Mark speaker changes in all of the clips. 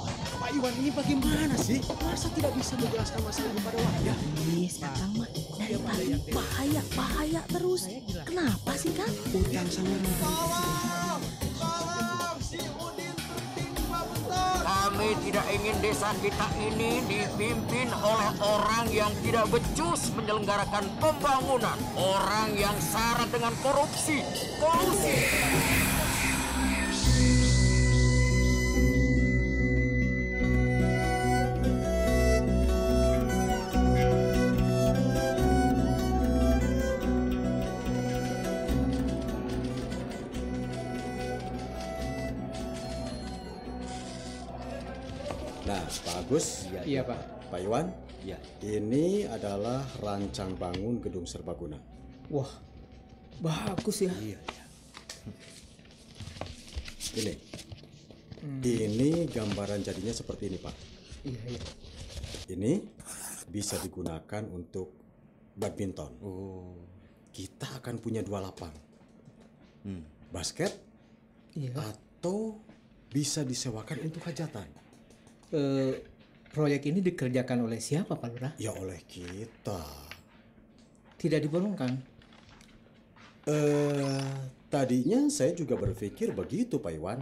Speaker 1: perempuan ini bagaimana sih? Masa tidak bisa menjelaskan masalah kepada warga?
Speaker 2: Yes, Kang mah dari tadi bahaya, bahaya terus. Kenapa sih Kang?
Speaker 1: Utang sama
Speaker 3: Tolong! Tolong! Si Udin tertimpa betul!
Speaker 4: Kami tidak ingin desa kita ini dipimpin oleh orang yang tidak becus menyelenggarakan pembangunan. Orang yang syarat dengan korupsi, kolusi.
Speaker 5: Nah, Pak Agus,
Speaker 6: Iya Pak.
Speaker 5: Pak Iwan,
Speaker 6: Iya.
Speaker 5: ini adalah rancang bangun gedung serbaguna.
Speaker 6: Wah, bagus ya.
Speaker 7: Iya.
Speaker 5: Ini, ini gambaran jadinya seperti ini, Pak.
Speaker 6: Hmm. Iya iya.
Speaker 5: Ini bisa digunakan untuk badminton.
Speaker 7: Oh.
Speaker 5: Kita akan punya dua lapang, basket
Speaker 6: Hmm. Iya.
Speaker 5: atau bisa disewakan untuk hajatan.
Speaker 6: Eh, proyek ini dikerjakan oleh siapa Pak Lurah?
Speaker 5: Ya oleh kita.
Speaker 6: Tidak dibolongkan.
Speaker 5: Eh, tadinya saya juga berpikir begitu, Pak Iwan.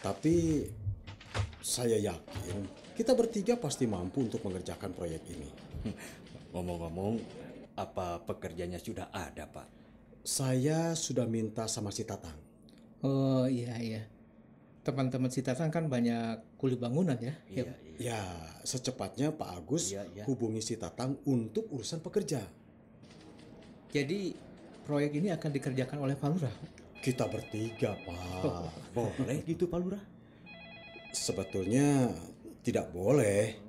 Speaker 5: Tapi saya yakin kita bertiga pasti mampu untuk mengerjakan proyek ini.
Speaker 7: Ngomong-ngomong, apa pekerjanya sudah ada, Pak?
Speaker 5: Saya sudah minta sama si Tatang.
Speaker 6: Oh iya iya. Teman-teman si Tatang kan banyak kuli bangunan ya.
Speaker 7: Iya,
Speaker 6: Ya,
Speaker 7: iya.
Speaker 5: Ya, secepatnya Pak Agus
Speaker 7: Iya, iya.
Speaker 5: hubungi si Tatang untuk urusan pekerja.
Speaker 6: Jadi proyek ini akan dikerjakan oleh Pak Lurah.
Speaker 5: Kita bertiga, Pak.
Speaker 7: Oh, Boleh gitu, Pak Lurah?
Speaker 5: Sebetulnya tidak boleh.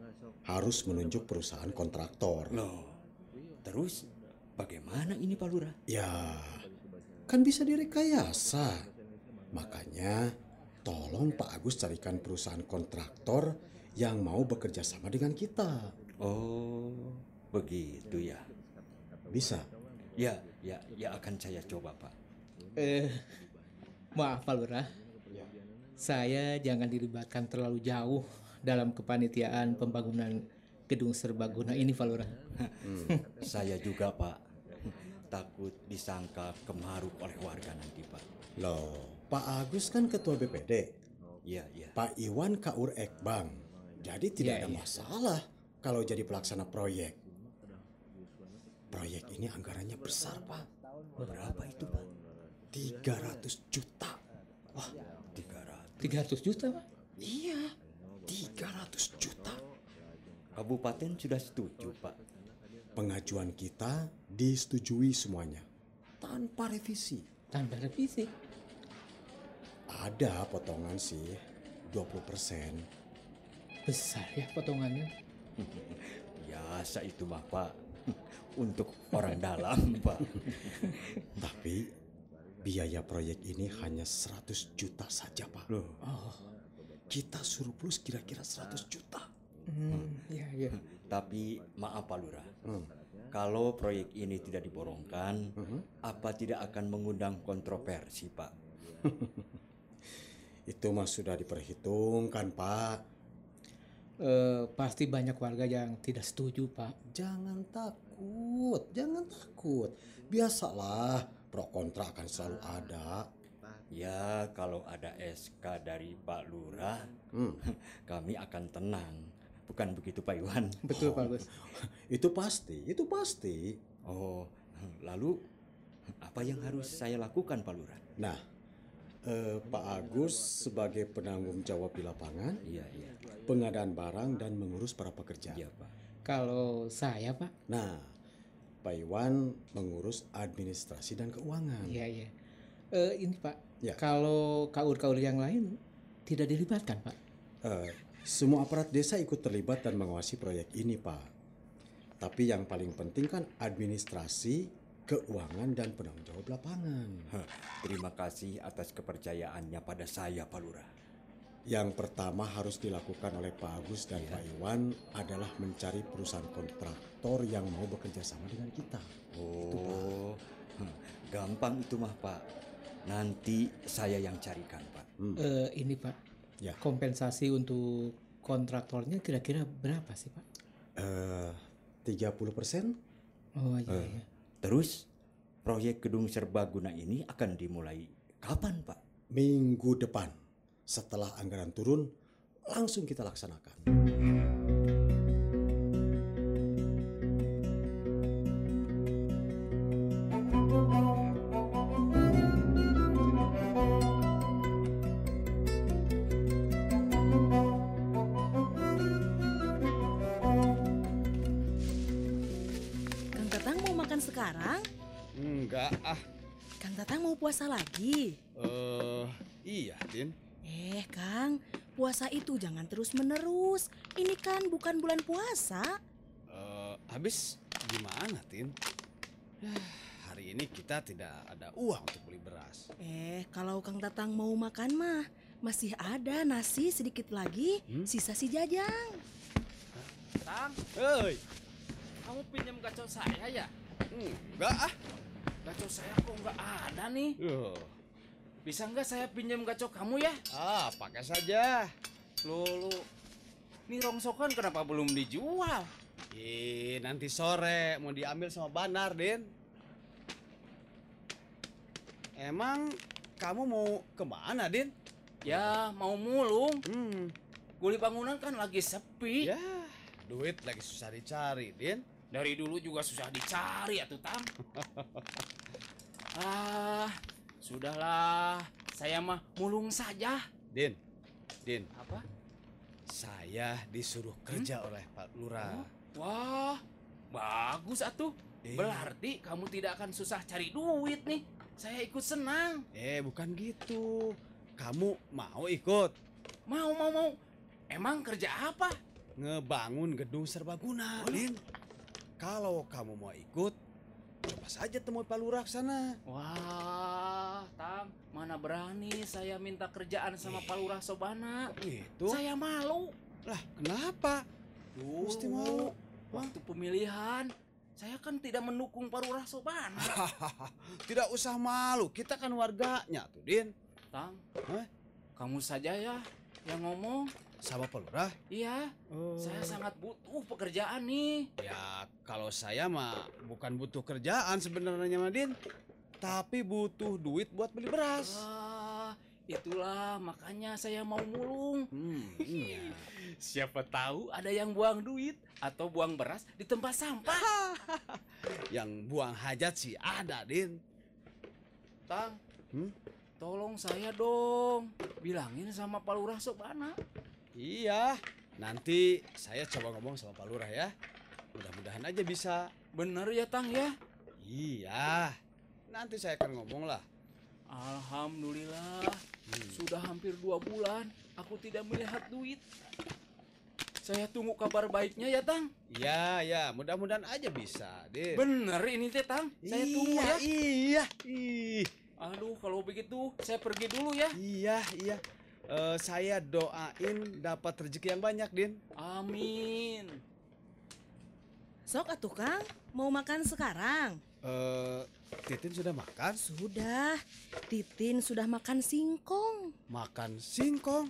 Speaker 5: Harus menunjuk perusahaan kontraktor.
Speaker 7: Loh. Terus bagaimana ini, Pak Lurah?
Speaker 5: Ya, kan bisa direkayasa. Makanya, tolong Pak Agus carikan perusahaan kontraktor yang mau bekerja sama dengan kita.
Speaker 7: Oh, begitu ya.
Speaker 5: Bisa?
Speaker 7: Ya, ya, ya akan saya coba, Pak.
Speaker 6: Eh, maaf Pak Lurah.
Speaker 5: Ya.
Speaker 6: Saya jangan dilibatkan terlalu jauh dalam kepanitiaan pembangunan gedung serbaguna ini Pak Lurah.
Speaker 7: Hmm. Saya juga, Pak. Takut disangka kemaruk oleh warga nanti, Iya, Pak.
Speaker 5: Loh, Pak Agus kan ketua BPD,
Speaker 7: Iya, iya.
Speaker 5: Pak Iwan Kaur Ekbang. Jadi tidak
Speaker 6: Ya,
Speaker 5: ada
Speaker 6: iya.
Speaker 5: masalah kalau jadi pelaksana proyek. Proyek ini anggarannya besar, Pak.
Speaker 7: Berapa itu, Pak?
Speaker 5: 300 juta.
Speaker 7: 300.
Speaker 6: 300 juta Pak?
Speaker 5: Iya, 300 juta.
Speaker 7: Kabupaten sudah setuju, Pak.
Speaker 5: Pengajuan kita disetujui semuanya tanpa revisi.
Speaker 6: Tanpa revisi.
Speaker 5: Ada potongan sih 20%.
Speaker 6: Besar ya potongannya.
Speaker 7: Biasa itu mah, Pak. Untuk orang dalam, Pak.
Speaker 5: Tapi biaya proyek ini hanya 100 juta saja, Pak.
Speaker 7: Loh,
Speaker 8: Oh.
Speaker 5: Kita surplus kira-kira 100 juta.
Speaker 6: Hmm, iya iya.
Speaker 7: tapi maaf Pak Lurah.
Speaker 5: Hmm.
Speaker 7: Kalau proyek ini tidak diborongkan,
Speaker 5: Mhm.
Speaker 7: apa tidak akan mengundang kontroversi, Pak?
Speaker 5: Itu mah sudah diperhitungkan, Pak.
Speaker 6: Eh, pasti banyak warga yang tidak setuju Pak.
Speaker 5: Jangan takut, jangan takut. Biasalah, pro kontra akan selalu ada.
Speaker 7: Ya, kalau ada SK dari Pak Lurah,
Speaker 5: Hmm.
Speaker 7: kami akan tenang. Bukan begitu, Pak Iwan?
Speaker 6: Betul Pak Agus.
Speaker 5: Itu pasti, itu pasti.
Speaker 7: Oh, lalu apa yang harus saya lakukan, Pak Lurah?
Speaker 5: Nah, eh, Pak Agus sebagai penanggung jawab di lapangan,
Speaker 7: Iya, iya.
Speaker 5: pengadaan barang dan mengurus para pekerja.
Speaker 7: Iya, Pak.
Speaker 6: Kalau saya Pak,
Speaker 5: Nah, Pak Iwan mengurus administrasi dan keuangan.
Speaker 6: iya iya. Eh, ini Pak,
Speaker 5: Ya.
Speaker 6: kalau kaur-kaur yang lain tidak dilibatkan Pak.
Speaker 5: Eh, semua aparat desa ikut terlibat dan mengawasi proyek ini, Pak. Tapi yang paling penting kan administrasi, keuangan dan penanggung jawab lapangan.
Speaker 7: Terima kasih atas kepercayaannya pada saya, Pak Lurah.
Speaker 5: Yang pertama harus dilakukan oleh Pak Agus dan
Speaker 7: Iya.
Speaker 5: Pak Iwan adalah mencari perusahaan kontraktor yang mau bekerja sama dengan kita.
Speaker 7: Oh, gampang itu mah, Pak. Nanti saya yang carikan, Pak.
Speaker 5: Hmm.
Speaker 6: Eh, ini Pak,
Speaker 5: Ya.
Speaker 6: kompensasi untuk kontraktornya kira-kira berapa sih Pak?
Speaker 5: Eh, 30 persen?
Speaker 6: Oh iya,
Speaker 5: Eh.
Speaker 6: iya.
Speaker 7: Eh, Terus proyek gedung serbaguna ini akan dimulai kapan, Pak?
Speaker 5: Minggu depan, setelah anggaran turun, langsung kita laksanakan.
Speaker 2: Kang Tatang mau makan sekarang?
Speaker 8: Enggak ah.
Speaker 2: Kang Tatang mau puasa lagi?
Speaker 8: Eh, iya, Din.
Speaker 2: Eh Kang, puasa itu jangan terus menerus. Ini kan bukan bulan puasa.
Speaker 8: Eh, habis gimana, Tin? Yah, hari ini kita tidak ada uang untuk beli beras.
Speaker 2: Eh kalau Kang Tatang mau makan mah masih ada nasi sedikit lagi,
Speaker 8: Hmm?
Speaker 2: sisa si Jajang.
Speaker 9: Tang,
Speaker 8: Hei,
Speaker 9: kamu pinjam kacau saya ya?
Speaker 8: enggak ah.
Speaker 9: Kacau saya kok nggak ada nih.
Speaker 8: Duh.
Speaker 9: Bisa nggak saya pinjam kacau kamu ya?
Speaker 8: Ah, pakai saja.
Speaker 9: Lu, lu. Nih rongsokan kenapa belum dijual?
Speaker 8: Ih, nanti sore mau diambil sama Banar, Din. Emang kamu mau kemana, Din?
Speaker 9: Ya mau mulung.
Speaker 8: Hmm,
Speaker 9: Guli bangunan kan lagi sepi.
Speaker 8: ya duit lagi susah dicari, Din.
Speaker 9: Dari dulu juga susah dicari ya Tang. ah, sudahlah. Saya mah mulung saja.
Speaker 8: Din, Din,
Speaker 9: Apa? Hmm?
Speaker 8: saya disuruh kerja oleh Pak Lurah.
Speaker 9: Oh. Wah, bagus atuh.
Speaker 8: Eh.
Speaker 9: Berarti kamu tidak akan susah cari duit nih. Saya ikut senang.
Speaker 8: Eh, bukan gitu. Kamu mau ikut
Speaker 9: Mau, mau, mau. Emang kerja apa?
Speaker 8: ngebangun gedung serbaguna, Din? Kalau kamu mau ikut, coba saja temui Pak Lurah ke sana.
Speaker 9: Wah, Tang, Ah, mana berani saya minta kerjaan sama Pak Lurah Sobana.
Speaker 8: Gitu.
Speaker 9: Saya malu.
Speaker 8: Lah, kenapa?
Speaker 9: Dulu,
Speaker 8: Mesti mau.
Speaker 9: Waktu pemilihan, saya kan tidak mendukung Pak Lurah Sobana.
Speaker 8: Tidak usah malu, kita kan warganya tuh, Din.
Speaker 9: Tang,
Speaker 8: Hah?
Speaker 9: kamu saja ya yang ngomong.
Speaker 8: Sama Pak Lurah.
Speaker 9: Iya,
Speaker 8: Oh.
Speaker 9: saya sangat butuh pekerjaan nih.
Speaker 8: Ya, kalau saya mah bukan butuh kerjaan sebenarnya, mah, Din. Tapi butuh duit buat beli beras.
Speaker 9: Wah, itulah makanya saya mau mulung.
Speaker 8: Hmm, iya.
Speaker 9: Siapa tahu ada yang buang duit atau buang beras di tempat sampah.
Speaker 8: Yang buang hajat sih ada, Din.
Speaker 9: Tang,
Speaker 8: Hmm?
Speaker 9: tolong saya dong. Bilangin sama Pak Lurah Sobana.
Speaker 8: Iya, nanti saya coba ngomong sama Pak Lurah ya. Mudah-mudahan aja bisa.
Speaker 9: Bener ya Tang ya?
Speaker 8: Iya, nanti saya akan ngomong lah.
Speaker 9: Alhamdulillah,
Speaker 8: Hmm.
Speaker 9: sudah hampir dua bulan aku tidak melihat duit. Saya tunggu kabar baiknya ya Tang.
Speaker 8: Iya, ya, mudah-mudahan aja bisa, Din.
Speaker 9: Bener ini teh Tang. Saya tunggu ya.
Speaker 8: Iya, iya,
Speaker 9: Aduh, kalau begitu saya pergi dulu ya.
Speaker 8: iya, iya. Eh, saya doain dapat rezeki yang banyak, Din.
Speaker 9: Ah. Amin.
Speaker 2: Sok atuh Kang, mau makan sekarang?
Speaker 8: Eh, Titin sudah makan?
Speaker 2: Sudah, Titin sudah makan singkong.
Speaker 8: Makan singkong.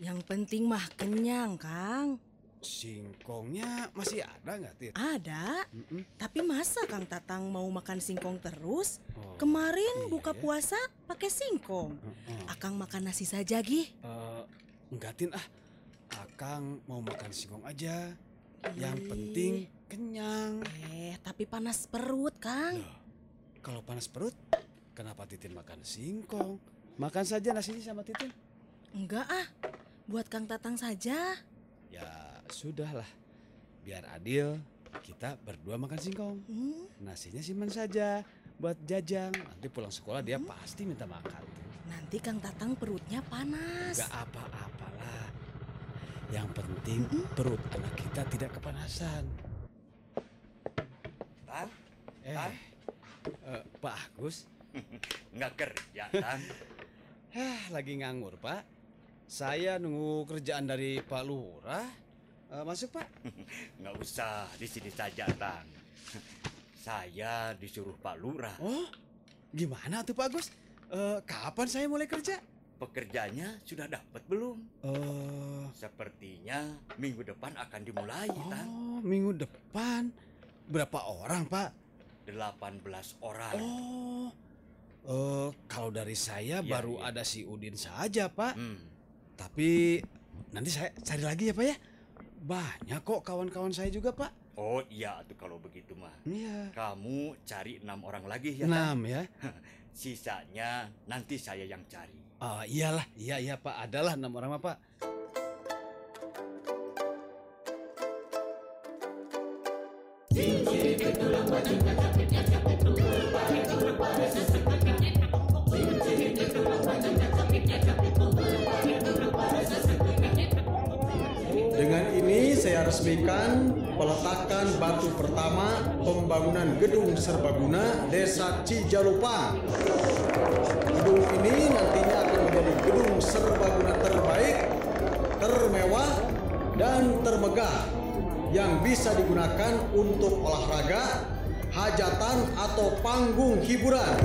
Speaker 2: Yang penting mah kenyang, Kang.
Speaker 8: Singkongnya masih ada nggak, Tit?
Speaker 2: Ada,
Speaker 8: Mm-mm.
Speaker 2: tapi masa Kang Tatang mau makan singkong terus?
Speaker 8: Oh,
Speaker 2: Kemarin
Speaker 8: iya
Speaker 2: buka
Speaker 8: ya.
Speaker 2: puasa pakai singkong.
Speaker 8: heeh.
Speaker 2: Akang makan nasi saja, Gih.
Speaker 8: Eh, enggak, Tin. Ah, Akang mau makan singkong aja. Yang penting kenyang.
Speaker 2: Eh, tapi panas perut, Kang.
Speaker 8: Loh, kalau panas perut, kenapa Titin makan singkong? Makan saja nasinya sama Titin.
Speaker 2: Enggak ah, buat Kang Tatang saja.
Speaker 8: Ya, sudahlah. Biar adil, kita berdua makan singkong.
Speaker 2: Hmm,
Speaker 8: Nasinya simpan saja buat jajang. Nanti pulang sekolah dia pasti minta makan.
Speaker 2: nanti Kang Tatang perutnya panas.
Speaker 8: Gak apa-apalah. Yang penting perut anak kita tidak kepanasan.
Speaker 7: Tang,
Speaker 8: Eh,
Speaker 7: Tang.
Speaker 8: eh, Pak Agus,
Speaker 7: nggak kerja, Tang.
Speaker 8: Hah, Ah, lagi nganggur Pak. Saya nunggu kerjaan dari Pak Lurah. Eh, masuk Pak.
Speaker 7: nggak usah, di sini saja, Tang. Saya disuruh Pak Lurah.
Speaker 8: Oh, gimana tuh Pak Agus? Eh, kapan saya mulai kerja?
Speaker 7: Pekerjanya sudah dapat belum?
Speaker 8: Eh,
Speaker 7: Sepertinya minggu depan akan dimulai, Tang.
Speaker 8: oh, minggu depan berapa orang, Pak?
Speaker 7: 18 orang.
Speaker 8: Oh. Eh, kalau dari saya
Speaker 7: Oh. Iya,
Speaker 8: baru
Speaker 7: iya.
Speaker 8: ada si Udin saja, Pak.
Speaker 7: Hmm.
Speaker 8: Tapi nanti saya cari lagi ya, Pak ya. Banyak kok kawan-kawan saya juga, Pak.
Speaker 7: Oh iya tuh kalau begitu mah.
Speaker 8: Iya.
Speaker 7: Kamu cari enam orang lagi ya, Tang.
Speaker 8: Enam ya.
Speaker 7: Sisanya nanti saya yang cari.
Speaker 8: Ah, iyalah, iya iya Pak, adalah enam orang mah, Pak.
Speaker 5: Dengan ini saya resmikan peletakan batu pertama pembangunan gedung serbaguna Desa Cijalupang. Gedung ini nantinya akan menjadi gedung serbaguna terbaik, termewah, dan termegah yang bisa digunakan untuk olahraga, hajatan atau panggung hiburan.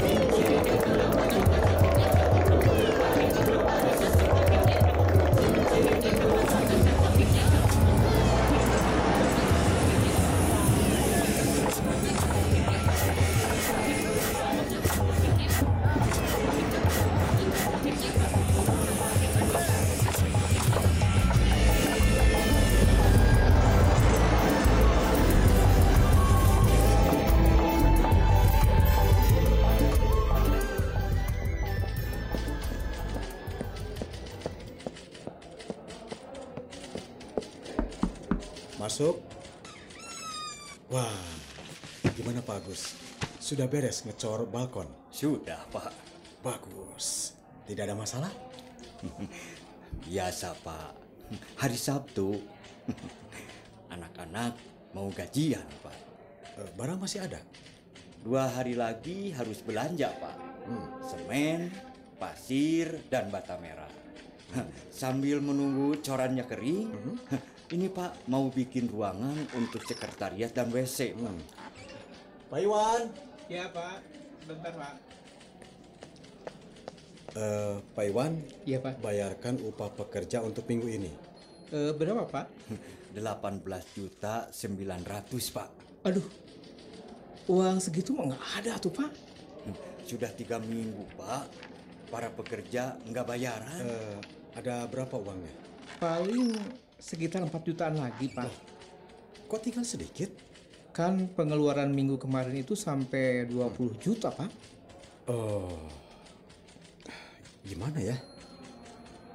Speaker 5: Masuk. Wah, gimana Pak Agus? Sudah beres ngecor balkon?
Speaker 7: Sudah, Pak.
Speaker 5: Bagus. Tidak ada masalah?
Speaker 7: Biasa, Pak. Hari Sabtu. Anak-anak mau gajian, Pak.
Speaker 5: Eh, Barang masih ada?
Speaker 7: Dua hari lagi harus belanja, Pak. Semen, pasir, dan bata merah. Sambil menunggu corannya kering,
Speaker 5: Mhm.
Speaker 7: ini Pak mau bikin ruangan untuk sekretariat dan WC, Pak.
Speaker 5: Hmm. Pak Iwan.
Speaker 6: Ya Pak, bentar Pak.
Speaker 5: Eh, Pak Iwan,
Speaker 6: Iya Pak.
Speaker 5: bayarkan upah pekerja untuk minggu ini.
Speaker 6: Eh, berapa Pak?
Speaker 7: 18 juta 900, Pak.
Speaker 6: Aduh, uang segitu mah nggak ada tuh Pak.
Speaker 7: Sudah tiga minggu, Pak. Para pekerja nggak bayaran.
Speaker 5: Eh, ada berapa uangnya?
Speaker 6: Paling sekitar 4 jutaan lagi Pak.
Speaker 5: Kok tinggal sedikit?
Speaker 6: Kan pengeluaran minggu kemarin itu sampai 20 juta Pak.
Speaker 5: Oh, gimana ya?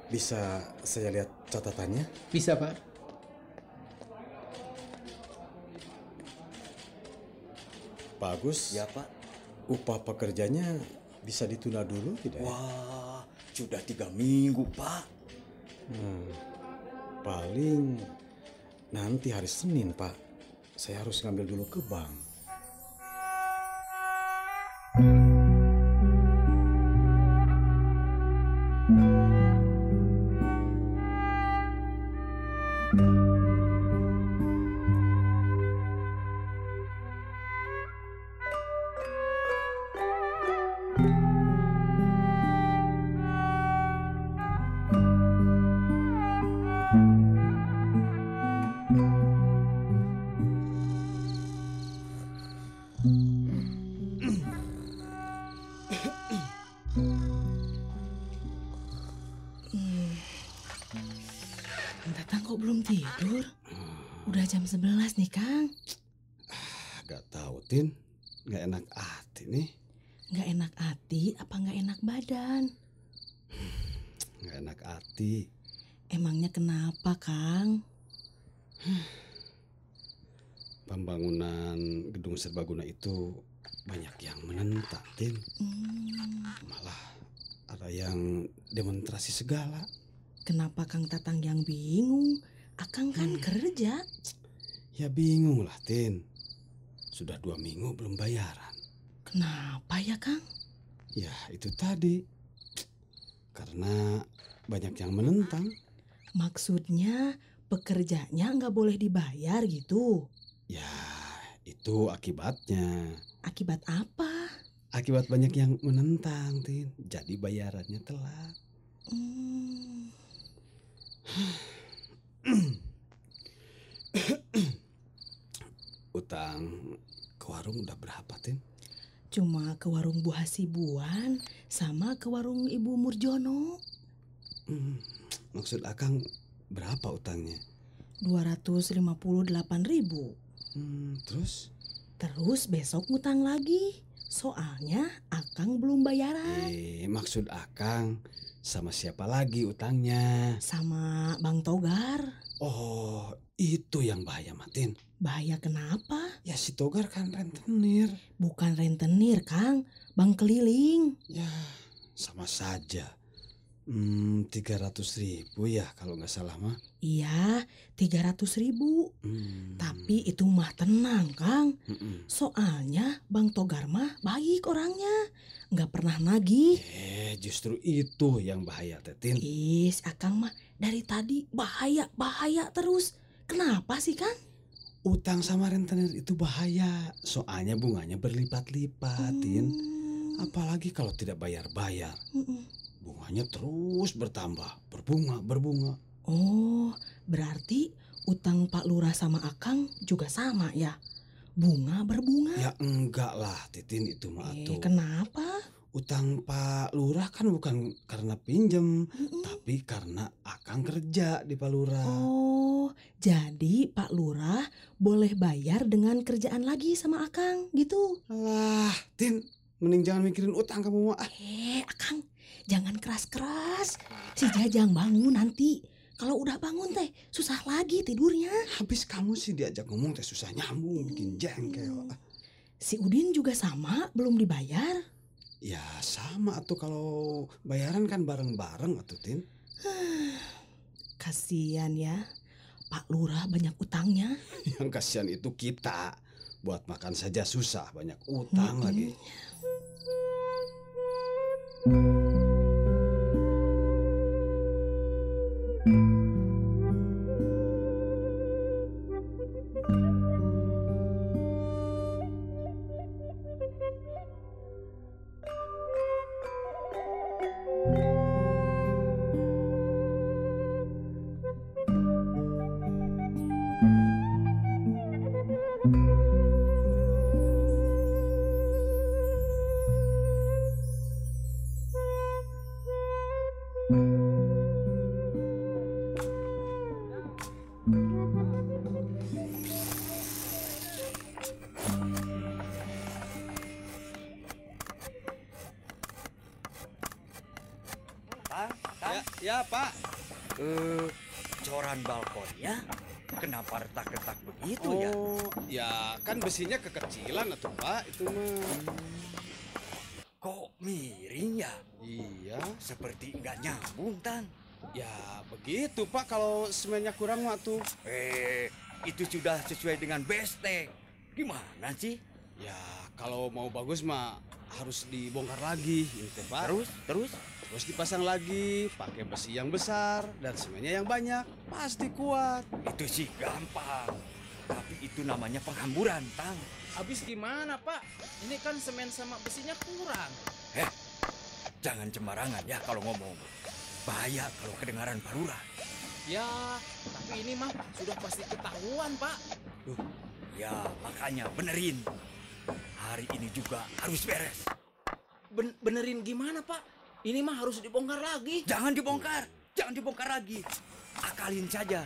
Speaker 5: Bisa saya lihat catatannya?
Speaker 6: Bisa Pak.
Speaker 5: Iya, Pak Agus,
Speaker 7: Ya, Pak.
Speaker 5: upah pekerjanya bisa ditunda dulu tidak? ya?
Speaker 7: Wah, sudah tiga minggu, Pak.
Speaker 5: Hmm, paling nanti hari Senin, Pak. Saya harus ngambil dulu ke bank.
Speaker 2: Kang Tatang kok belum tidur? Udah jam 11 nih, Kang.
Speaker 8: Gak tahu, Tin. Gak enak hati nih.
Speaker 2: Nggak enak hati apa nggak enak badan?
Speaker 8: Gak enak hati.
Speaker 2: Emangnya kenapa, Kang?
Speaker 8: Pembangunan gedung serbaguna itu banyak yang menentang, Tin.
Speaker 2: Hmm,
Speaker 8: Malah ada yang demonstrasi segala.
Speaker 2: kenapa Kang Tatang yang bingung? Akang kan
Speaker 8: Hmm.
Speaker 2: kerja.
Speaker 8: Ya bingung lah, Tin. Sudah dua minggu belum bayaran.
Speaker 2: Kenapa ya, Kang?
Speaker 8: Ya, itu tadi. Karena banyak yang menentang.
Speaker 2: Maksudnya pekerjanya nggak boleh dibayar gitu.
Speaker 8: Ya, itu akibatnya.
Speaker 2: Akibat apa?
Speaker 8: Akibat banyak yang menentang, Tin. Jadi bayarannya telat.
Speaker 2: Hmm,
Speaker 8: Utang ke warung udah berapa, Tin?
Speaker 2: cuma ke warung Bu Hasibuan sama ke warung Ibu Murjono.
Speaker 8: Hmm, maksud Akang berapa utangnya?
Speaker 2: 258 ribu.
Speaker 8: Hmm, terus?
Speaker 2: Terus besok ngutang lagi. Soalnya Akang belum bayaran.
Speaker 8: Eh, maksud Akang sama siapa lagi utangnya?
Speaker 2: Sama Bang Togar.
Speaker 8: Oh, itu yang bahaya, Matin.
Speaker 2: Bahaya kenapa?
Speaker 8: Ya si Togar kan rentenir.
Speaker 2: Bukan rentenir, Kang. Bang keliling.
Speaker 8: Ya, sama saja. Hmm, 300 ribu ya kalau nggak salah mah.
Speaker 2: Iya, 300 ribu.
Speaker 8: Hmm.
Speaker 2: Tapi itu mah tenang, Kang.
Speaker 8: Mm-mm.
Speaker 2: Soalnya Bang Togar mah baik orangnya. Nggak pernah nagih.
Speaker 8: Eh, justru itu yang bahaya, Tetin.
Speaker 2: Is, Akang mah dari tadi bahaya-bahaya terus. Kenapa sih, Kang?
Speaker 8: Utang sama rentenir itu bahaya. Soalnya bunganya berlipat-lipat, Tin.
Speaker 2: Hmm,
Speaker 8: Apalagi kalau tidak bayar-bayar.
Speaker 2: mm-mm.
Speaker 8: Bunganya terus bertambah, berbunga, berbunga.
Speaker 2: Oh, berarti utang Pak Lurah sama Akang juga sama ya? Bunga berbunga.
Speaker 8: Ya enggak lah, Titin itu mah
Speaker 2: eh,
Speaker 8: atuh.
Speaker 2: kenapa?
Speaker 8: Utang Pak Lurah kan bukan karena pinjem,
Speaker 2: Mm-mm.
Speaker 8: tapi karena akang kerja di Pak Lurah.
Speaker 2: Oh, jadi Pak Lurah boleh bayar dengan kerjaan lagi sama Akang gitu.
Speaker 8: Alah, Tin, mending jangan mikirin utang kamu mah. Ah,
Speaker 2: Eh, Akang, jangan keras-keras. Si Jajang bangun nanti. Kalau udah bangun teh, susah lagi tidurnya.
Speaker 8: habis kamu sih diajak ngomong teh susah nyambung, bikin jengkel. Ah,
Speaker 2: Hmm. Si Udin juga sama, belum dibayar.
Speaker 8: Ya sama atuh kalau bayaran kan bareng-bareng atuh, Tin.
Speaker 2: Kasian ya, Pak Lurah banyak utangnya.
Speaker 8: Yang kasihan itu kita. Buat makan saja susah, banyak utang lagi.
Speaker 5: Ya, Pak. Eh, coran balkonnya kenapa retak-retak begitu ya?
Speaker 8: ya kan besinya kekecilan atau Pak itu
Speaker 2: Mm.
Speaker 8: mah.
Speaker 5: Kok miring ya?
Speaker 8: Iya,
Speaker 5: Seperti nggak nyambung, Tang.
Speaker 8: ya begitu Pak kalau semennya kurang waktu.
Speaker 5: Eh, itu sudah sesuai dengan bestek. Gimana sih?
Speaker 8: Ya kalau mau bagus mah harus dibongkar lagi gitu Pak.
Speaker 5: Terus, terus?
Speaker 8: Terus dipasang lagi, pakai besi yang besar dan semennya yang banyak, pasti kuat.
Speaker 5: Itu sih gampang. Tapi itu namanya penghamburan, Tang.
Speaker 9: Habis gimana, Pak? Ini kan semen sama besinya kurang.
Speaker 5: Jangan cemarangan ya kalau ngomong. Bahaya kalau kedengaran parura.
Speaker 9: Ya, tapi ini mah sudah pasti ketahuan, Pak.
Speaker 5: Ya, makanya benerin. Hari ini juga harus beres.
Speaker 9: Ben- benerin gimana, Pak? Ini mah harus dibongkar lagi.
Speaker 5: Jangan dibongkar. Jangan dibongkar lagi. Akalin saja.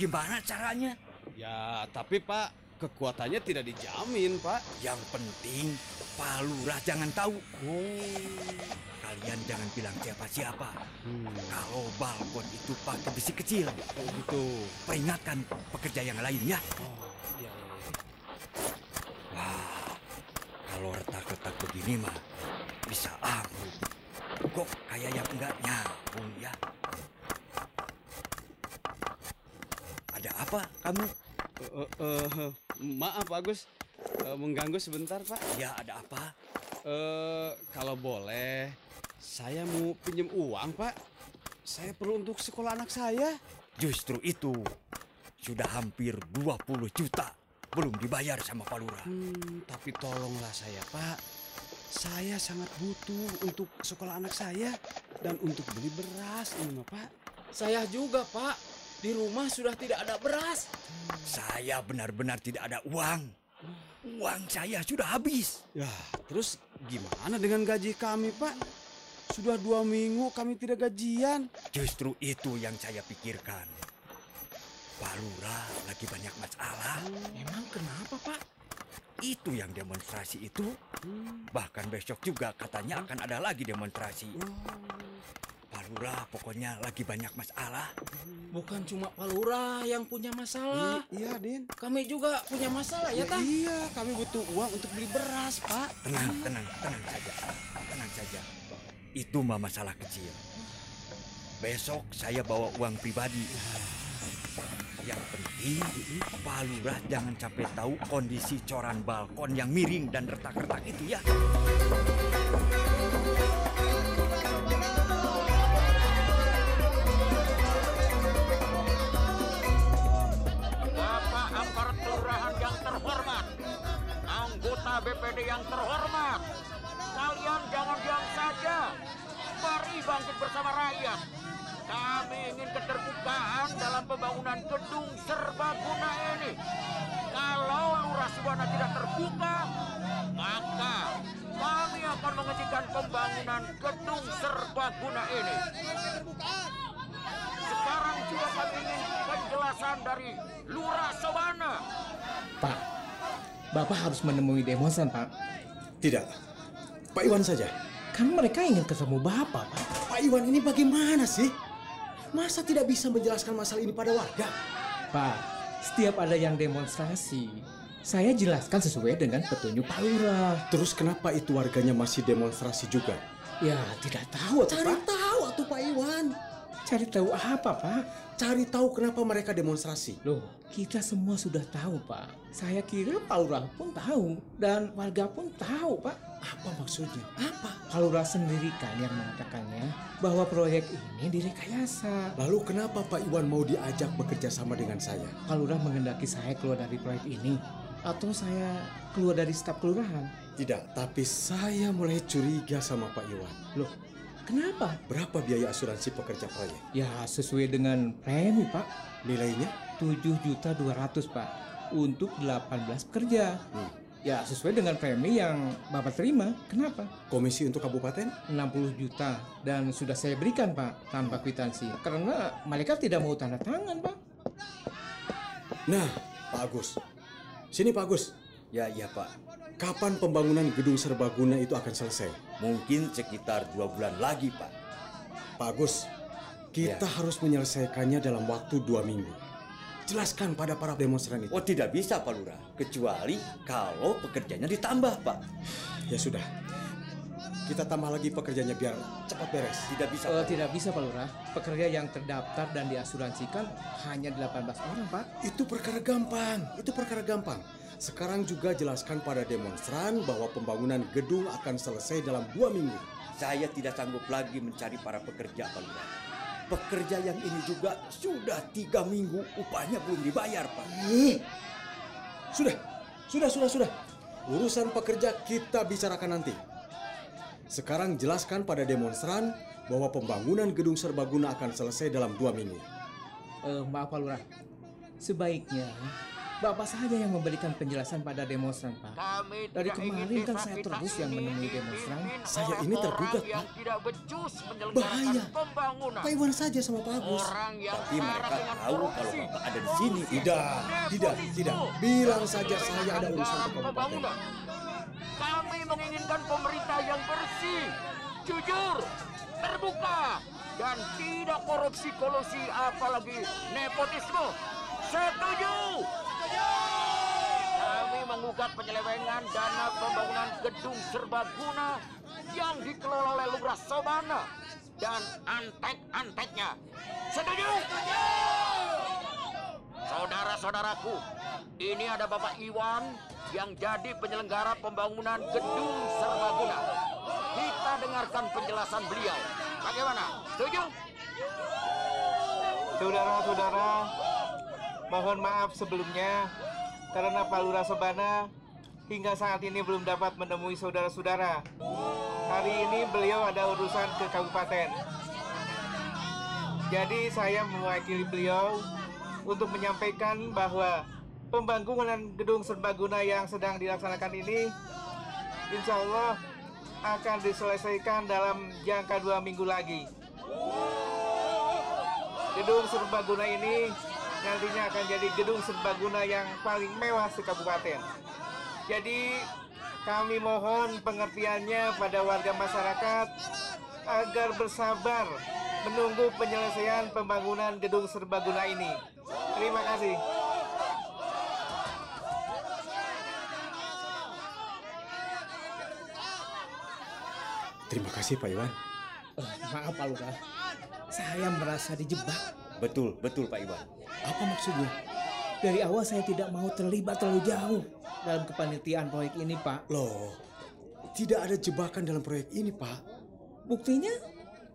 Speaker 5: Gimana caranya?
Speaker 8: Ya tapi Pak, kekuatannya tidak dijamin Pak.
Speaker 5: Yang penting Pak Lurah jangan tahu. Kalian jangan bilang siapa-siapa. Kalau balkon itu pakai besi kecil,
Speaker 8: Hmm. Oh gitu.
Speaker 5: peringatkan pekerja yang lainnya.
Speaker 8: Ya, ya, ya.
Speaker 5: Wah, kalau retak-retak begini mah bisa ambruk. Kok kayak yang enggak nyambung ya? Ada apa kamu?
Speaker 8: Eh, eh, eh, maaf Pak Agus, Eh, mengganggu sebentar Pak.
Speaker 5: Ya ada apa?
Speaker 8: Eh, kalau boleh, saya mau pinjam uang Pak. Saya perlu untuk sekolah anak saya.
Speaker 5: Justru itu. Sudah hampir 20 juta belum dibayar sama Pak Lurah.
Speaker 8: Hmm, tapi tolonglah saya Pak. Saya sangat butuh untuk sekolah anak saya dan untuk beli beras ini mah Pak.
Speaker 9: Saya juga, Pak. Di rumah sudah tidak ada beras.
Speaker 3: Saya benar-benar tidak ada uang. Uang saya sudah habis.
Speaker 8: Ya, terus gimana dengan gaji kami Pak? Sudah dua minggu kami tidak gajian.
Speaker 3: Justru itu yang saya pikirkan. Pak Lurah lagi banyak masalah.
Speaker 9: Emang kenapa, Pak?
Speaker 3: Itu yang demonstrasi itu. Bahkan besok juga katanya akan ada lagi demonstrasi. Pak Lurah pokoknya lagi banyak masalah.
Speaker 9: Bukan cuma Pak Lurah yang punya masalah.
Speaker 8: Iya, Din.
Speaker 9: Kami juga punya masalah ya, Tang?
Speaker 8: iya, kami butuh uang untuk beli beras, Pak.
Speaker 3: Tenang, tenang, tenang saja. Tenang saja. Itu mah masalah kecil. Besok saya bawa uang pribadi. Yang penting, Pak Lurah jangan sampai tahu kondisi coran balkon yang miring dan retak-retak itu ya.
Speaker 4: Bapak aparat kelurahan yang terhormat, anggota BPD yang terhormat, kalian jangan diam saja. Mari bangkit bersama rakyat. Kami ingin keterbukaan dalam pembangunan gedung serbaguna ini. Kalau lurah Subana tidak terbuka, maka kami akan menghentikan pembangunan gedung serbaguna ini. Sekarang juga kami ingin penjelasan dari Lurah Sobana.
Speaker 6: Pak, Bapak harus menemui demonstran, Pak.
Speaker 5: Tidak. Pak Iwan saja.
Speaker 6: Kan mereka ingin ketemu Bapak, Pak.
Speaker 5: Pak Iwan ini bagaimana sih? Masa tidak bisa menjelaskan masalah ini pada warga?
Speaker 6: Pak, setiap ada yang demonstrasi, saya jelaskan sesuai dengan petunjuk Pak Lurah.
Speaker 5: Terus kenapa itu warganya masih demonstrasi juga?
Speaker 6: Ya, tidak tahu,
Speaker 5: Cari
Speaker 6: Pak.
Speaker 5: tahu atuh Pak Iwan.
Speaker 6: Cari tahu apa, Pak?
Speaker 5: Cari tahu kenapa mereka demonstrasi.
Speaker 6: Loh, kita semua sudah tahu, Pak. Saya kira Pak Lurah pun tahu dan warga pun tahu, Pak.
Speaker 5: Apa maksudnya? Apa?
Speaker 6: Pak Lurah sendiri kan yang mengatakannya bahwa proyek ini direkayasa.
Speaker 5: Lalu kenapa Pak Iwan mau diajak bekerja sama dengan saya?
Speaker 6: Pak Lurah menghendaki saya keluar dari proyek ini atau saya keluar dari staf kelurahan.
Speaker 5: Tidak, tapi saya mulai curiga sama Pak Iwan.
Speaker 6: Loh, kenapa?
Speaker 5: Berapa biaya asuransi pekerja proyek?
Speaker 6: Ya, sesuai dengan premi, Pak.
Speaker 5: Nilainya?
Speaker 6: 7.200 Pak untuk 18 pekerja.
Speaker 5: Hmm.
Speaker 6: Ya sesuai dengan premi yang Bapak terima. Kenapa?
Speaker 5: Komisi untuk kabupaten?
Speaker 6: 60 juta dan sudah saya berikan Pak tanpa kwitansi karena mereka tidak mau tanda tangan Pak.
Speaker 5: Nah, Pak Agus. Sini Pak Agus.
Speaker 7: Ya, ya Pak.
Speaker 5: Kapan pembangunan gedung serbaguna itu akan selesai?
Speaker 7: Mungkin sekitar dua bulan lagi, Pak. Ya.
Speaker 5: Pak Agus, kita harus menyelesaikannya dalam waktu dua minggu. Jelaskan pada para demonstran itu.
Speaker 7: Oh, tidak bisa, Pak Lurah. Kecuali kalau pekerjanya ditambah, Pak.
Speaker 5: Ya sudah, kita tambah lagi pekerjaannya biar cepat beres.
Speaker 7: Tidak bisa,
Speaker 6: Eh,
Speaker 7: Pak.
Speaker 6: tidak bisa Pak Lurah. Pekerja yang terdaftar dan diasuransikan hanya 18 orang Pak.
Speaker 5: Itu perkara gampang, itu perkara gampang. Sekarang juga jelaskan pada demonstran bahwa pembangunan gedung akan selesai dalam dua minggu.
Speaker 7: Saya tidak sanggup lagi mencari para pekerja, Pak Lurah. Pekerja yang ini juga sudah tiga minggu upahnya belum dibayar, Pak.
Speaker 5: Ih, Sudah, sudah, sudah, sudah. Urusan pekerja kita bicarakan nanti. Sekarang jelaskan pada demonstran bahwa pembangunan gedung serbaguna akan selesai dalam dua minggu.
Speaker 6: Eh, maaf Pak Lurah. Sebaiknya Bapak saja yang memberikan penjelasan pada demonstran Pak.
Speaker 4: Kami
Speaker 6: Dari
Speaker 4: tidak
Speaker 6: kemarin
Speaker 4: ingin
Speaker 6: kan
Speaker 4: desa
Speaker 6: saya
Speaker 4: kita
Speaker 6: terus yang
Speaker 4: ini
Speaker 6: menemui demonstran.
Speaker 4: dipimpin
Speaker 5: Saya
Speaker 4: oleh
Speaker 5: ini
Speaker 4: orang
Speaker 5: tergugat,
Speaker 4: yang
Speaker 5: Pak.
Speaker 4: tidak becus menyelenggarakan
Speaker 5: Bahaya.
Speaker 4: pembangunan.
Speaker 5: Pak Iwan saja sama Pak Agus.
Speaker 4: Orang yang
Speaker 7: Tapi
Speaker 4: syarat
Speaker 7: mereka
Speaker 4: dengan
Speaker 7: tahu
Speaker 4: korupsi.
Speaker 7: kalau Bapak ada di sini.
Speaker 5: Tidak, tidak, tidak. Bilang saja saya ada urusan
Speaker 4: Anggaran
Speaker 5: ke kabupaten.
Speaker 4: pembangunan. Kami menginginkan pemerintah yang bersih, jujur, terbuka, dan tidak korupsi kolusi apalagi nepotisme. Setuju! Kami menggugat penyelewengan dana pembangunan gedung serbaguna yang dikelola oleh Lurah Sobana dan antek-anteknya. Setuju? Saudara-saudaraku, ini ada Bapak Iwan yang jadi penyelenggara pembangunan gedung serbaguna. Kita dengarkan penjelasan beliau. Bagaimana? Setuju?
Speaker 10: Saudara-saudara, mohon maaf sebelumnya karena Pak Lurah Sobana hingga saat ini belum dapat menemui saudara-saudara. Hari ini beliau ada urusan ke kabupaten. Jadi saya mewakili beliau untuk menyampaikan bahwa pembangunan gedung serbaguna yang sedang dilaksanakan ini insya Allah akan diselesaikan dalam jangka dua minggu lagi. Gedung serbaguna ini nantinya akan jadi gedung serbaguna yang paling mewah sekabupaten. Jadi kami mohon pengertiannya pada warga masyarakat agar bersabar menunggu penyelesaian pembangunan gedung serbaguna ini. Terima kasih.
Speaker 5: Terima kasih Pak Iwan.
Speaker 6: Eh, maaf Pak Lurah, saya merasa dijebak.
Speaker 11: Betul, betul Pak Iwan.
Speaker 6: Apa maksudnya? Dari awal saya tidak mau terlibat terlalu jauh dalam kepanitiaan proyek ini Pak.
Speaker 5: Loh, tidak ada jebakan dalam proyek ini Pak.
Speaker 6: Buktinya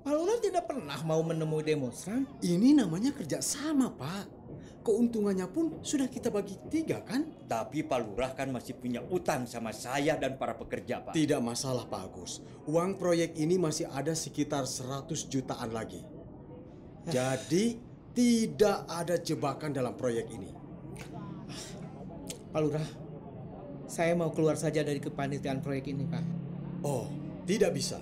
Speaker 6: Pak Lurah tidak pernah mau menemui demonstran.
Speaker 5: Ini namanya kerja sama Pak. Keuntungannya pun sudah kita bagi tiga kan?
Speaker 11: Tapi Pak Lurah kan masih punya utang sama saya dan para pekerja Pak.
Speaker 5: Tidak masalah Pak Agus. Uang proyek ini masih ada sekitar 100 jutaan lagi. Jadi tidak ada jebakan dalam proyek ini.
Speaker 6: Pak Lurah, saya mau keluar saja dari kepanitiaan proyek ini Pak.
Speaker 5: Oh, tidak bisa.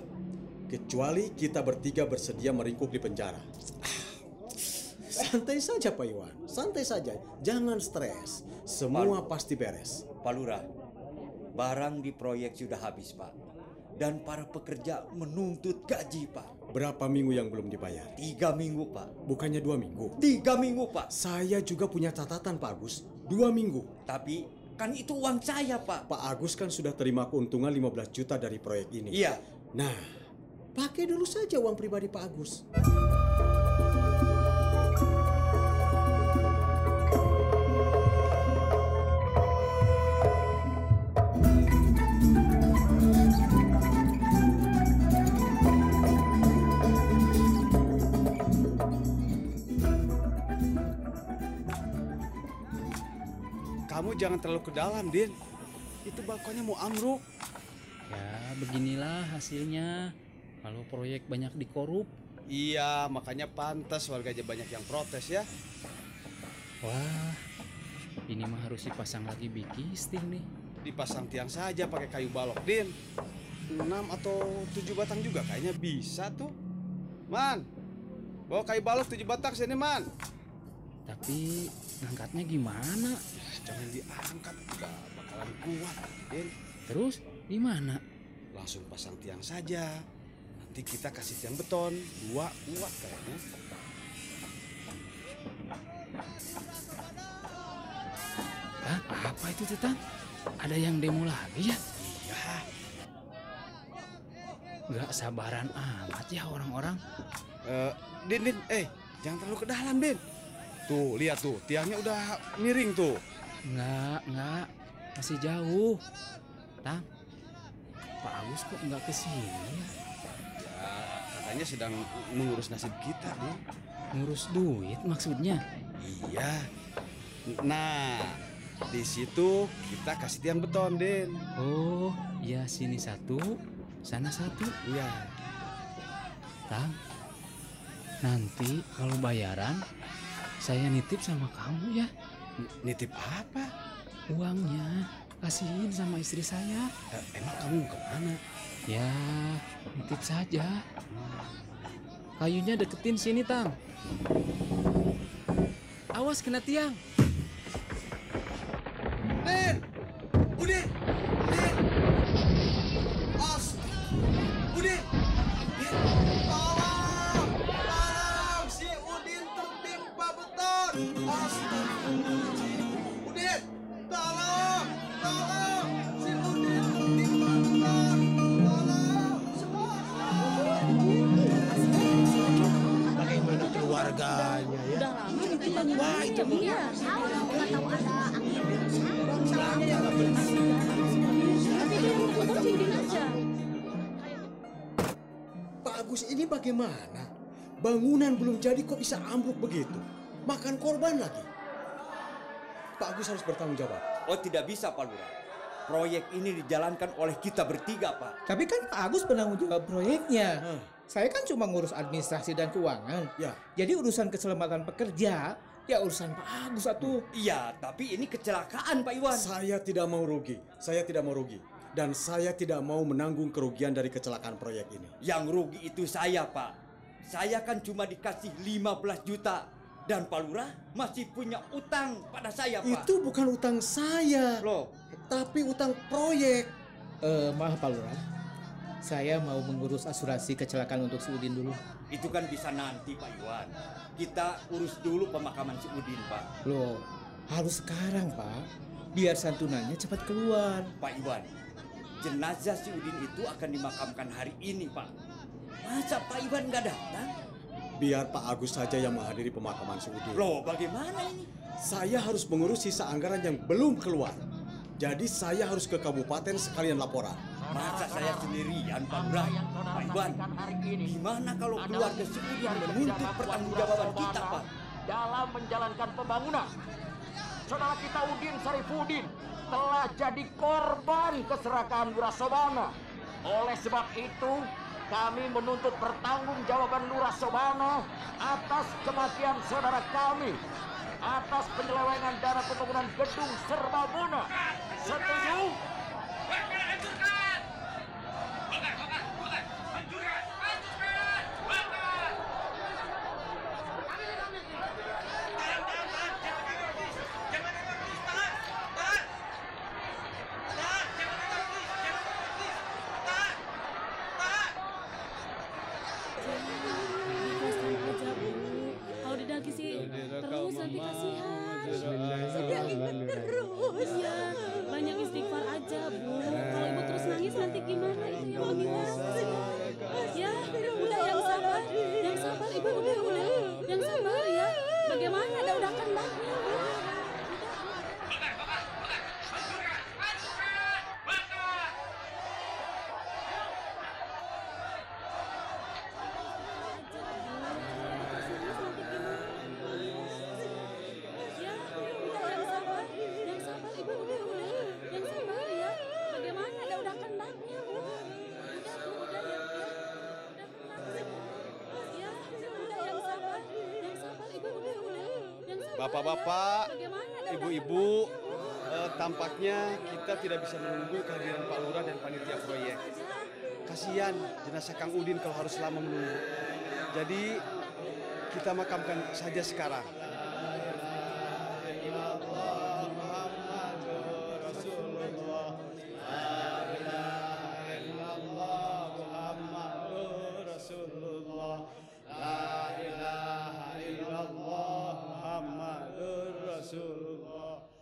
Speaker 5: Kecuali kita bertiga bersedia meringkuk di penjara. Santai saja Pak Iwan, santai saja. Jangan stres. Semua pasti beres.
Speaker 11: Pak Lurah, barang di proyek sudah habis Pak. Dan para pekerja menuntut gaji Pak.
Speaker 5: Berapa minggu yang belum dibayar?
Speaker 11: Tiga minggu Pak.
Speaker 5: Bukannya dua minggu?
Speaker 11: Tiga minggu Pak.
Speaker 5: Saya juga punya catatan Pak Agus. Dua minggu.
Speaker 11: Tapi kan itu uang saya Pak.
Speaker 5: Pak Agus kan sudah terima keuntungan 15 juta dari proyek ini.
Speaker 11: Iya,
Speaker 5: Nah, pakai dulu saja uang pribadi Pak Agus.
Speaker 8: Kamu jangan terlalu ke dalam, Din. Itu balkonnya mau ambruk.
Speaker 9: Ya, beginilah hasilnya. Kalau proyek banyak dikorup.
Speaker 8: Iya, makanya pantas warga aja banyak yang protes ya.
Speaker 9: Wah, ini mah harus dipasang lagi big gisting nih.
Speaker 8: Dipasang tiang saja pakai kayu balok, Din. 6 atau 7 batang juga kayaknya bisa tuh. Man, bawa kayu balok 7 batang sini, Man.
Speaker 9: Tapi ngangkatnya gimana?
Speaker 8: Ya, Jangan diangkat, nggak bakalan kuat, Din.
Speaker 9: Terus gimana?
Speaker 8: Langsung pasang tiang saja. Nanti kita kasih tiang beton, dua kuat kayaknya.
Speaker 9: Hah, apa itu Tetang? Ada yang demo lagi ya?
Speaker 8: Iya,
Speaker 9: Gak sabaran amat ya orang-orang.
Speaker 8: Eh, Din, Din, eh, jangan terlalu ke dalam, Din. Tuh, lihat tuh, tiangnya udah miring tuh.
Speaker 9: Nggak, nggak. Masih jauh. Tang, Pak Agus kok nggak kesini ya?
Speaker 8: Ya, katanya sedang mengurus nasib kita, Din.
Speaker 9: Ngurus duit maksudnya.
Speaker 8: Iya. Nah, di situ kita kasih tiang beton, Din.
Speaker 9: Oh, ya sini satu, sana satu.
Speaker 8: Iya.
Speaker 9: Tang, nanti kalau bayaran, saya nitip sama kamu ya.
Speaker 8: N- Nitip apa?
Speaker 9: Uangnya, kasihin sama istri saya.
Speaker 8: Eh, emang kamu mau kemana?
Speaker 9: Ya, nitip saja. Kayunya deketin sini, Tang. Awas kena tiang.
Speaker 8: Din! Udin! Din! Os! Udin! Din! Tolong! Tolong! Si Udin tertimpa beton! Os! Udin! Tolong! Tolong! Si Udin tertimpa beton! Tolong!
Speaker 12: Bagaimana keluarganya ya?
Speaker 2: Udah lama kita
Speaker 12: Wah, itu
Speaker 2: Iya.
Speaker 5: Pak Agus ini bagaimana? Bangunan belum jadi kok bisa ambruk begitu? Makan korban lagi. Pak Agus harus bertanggung jawab.
Speaker 11: Oh tidak bisa Pak Lurah.
Speaker 7: Proyek ini dijalankan oleh kita bertiga, Pak.
Speaker 6: Tapi kan Pak Agus penanggung jawab proyeknya. Saya kan cuma ngurus administrasi dan keuangan.
Speaker 5: Ya.
Speaker 6: Jadi urusan keselamatan pekerja ya urusan Pak Agus satu.
Speaker 7: Iya, tapi ini kecelakaan Pak Iwan.
Speaker 5: Saya tidak mau rugi. Saya tidak mau rugi. Dan saya tidak mau menanggung kerugian dari kecelakaan proyek ini.
Speaker 7: Yang rugi itu saya, Pak. Saya kan cuma dikasih 15 juta dan Pak Lurah masih punya utang pada saya, ya, Pak.
Speaker 5: Itu bukan utang saya.
Speaker 7: Loh,
Speaker 5: tapi utang proyek.
Speaker 6: Eh, maaf Pak Lurah. Saya mau mengurus asuransi kecelakaan untuk si Udin dulu.
Speaker 7: Itu kan bisa nanti, Pak Iwan. Kita urus dulu pemakaman si Udin, Pak.
Speaker 6: Loh, harus sekarang, Pak. Biar santunannya cepat keluar.
Speaker 7: Pak Iwan, jenazah si Udin itu akan dimakamkan hari ini, Pak. Masa Pak Iwan nggak datang?
Speaker 5: Biar Pak Agus saja yang menghadiri pemakaman Suudi.
Speaker 7: Loh, bagaimana ini?
Speaker 5: Saya harus mengurus sisa anggaran yang belum keluar. Jadi saya harus ke kabupaten sekalian laporan.
Speaker 7: Masa saya sendirian, Pak Lurah? Pak Iwan, gimana kalau keluarga si Udin menuntut pertanggungjawaban kita, Pak?
Speaker 4: dalam menjalankan pembangunan. Saudara kita Udin Sarifudin telah jadi korban keserakaan Lurah Sobana. Oleh sebab itu, kami menuntut pertanggungjawaban Lurah Sobana atas kematian saudara kami atas penyelewengan dana pembangunan gedung serbaguna. Setuju?
Speaker 12: Kalau didaki sih
Speaker 2: Iya,
Speaker 12: terus nanti kasihan. Sudah ingat terus. Ya, banyak istighfar aja, Bu. Kalau ibu terus nangis nanti gimana? Itu yang mau gimana? Ya, udah yang sabar. Yang sabar, ibu udah, udah. Yang sabar ya. Bagaimana? Ada udah kan, Bang? Yang sabar, ibu udah, udah. Yang sabar ya. Bagaimana? Ada udah kan, Bang?
Speaker 8: Bapak-bapak, ibu-ibu, eh, tampaknya kita tidak bisa menunggu kehadiran Pak Lurah dan panitia proyek. Kasihan jenazah Kang Udin kalau harus lama menunggu. Jadi kita makamkan saja sekarang.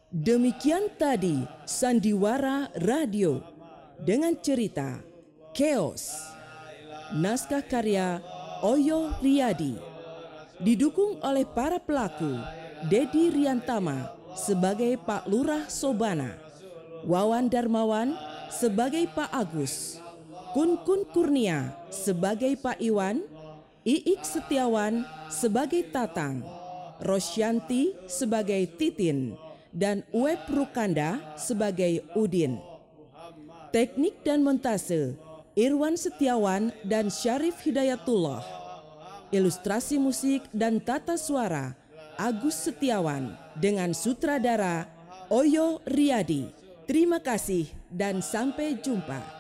Speaker 13: Demikian tadi Sandiwara Radio dengan cerita Chaos. Naskah karya Oyo Riyadi. Didukung oleh para pelaku Dedi Riantama sebagai Pak Lurah Sobana. Wawan Darmawan sebagai Pak Agus. Kun Kun Kurnia sebagai Pak Iwan. Iik Setiawan sebagai Tatang. Rosyanti sebagai Titin dan Web Rukanda sebagai Udin. Teknik dan montase Irwan Setiawan dan Syarif Hidayatullah. Ilustrasi musik dan tata suara Agus Setiawan dengan sutradara Oyo Riyadi. Terima kasih dan sampai jumpa.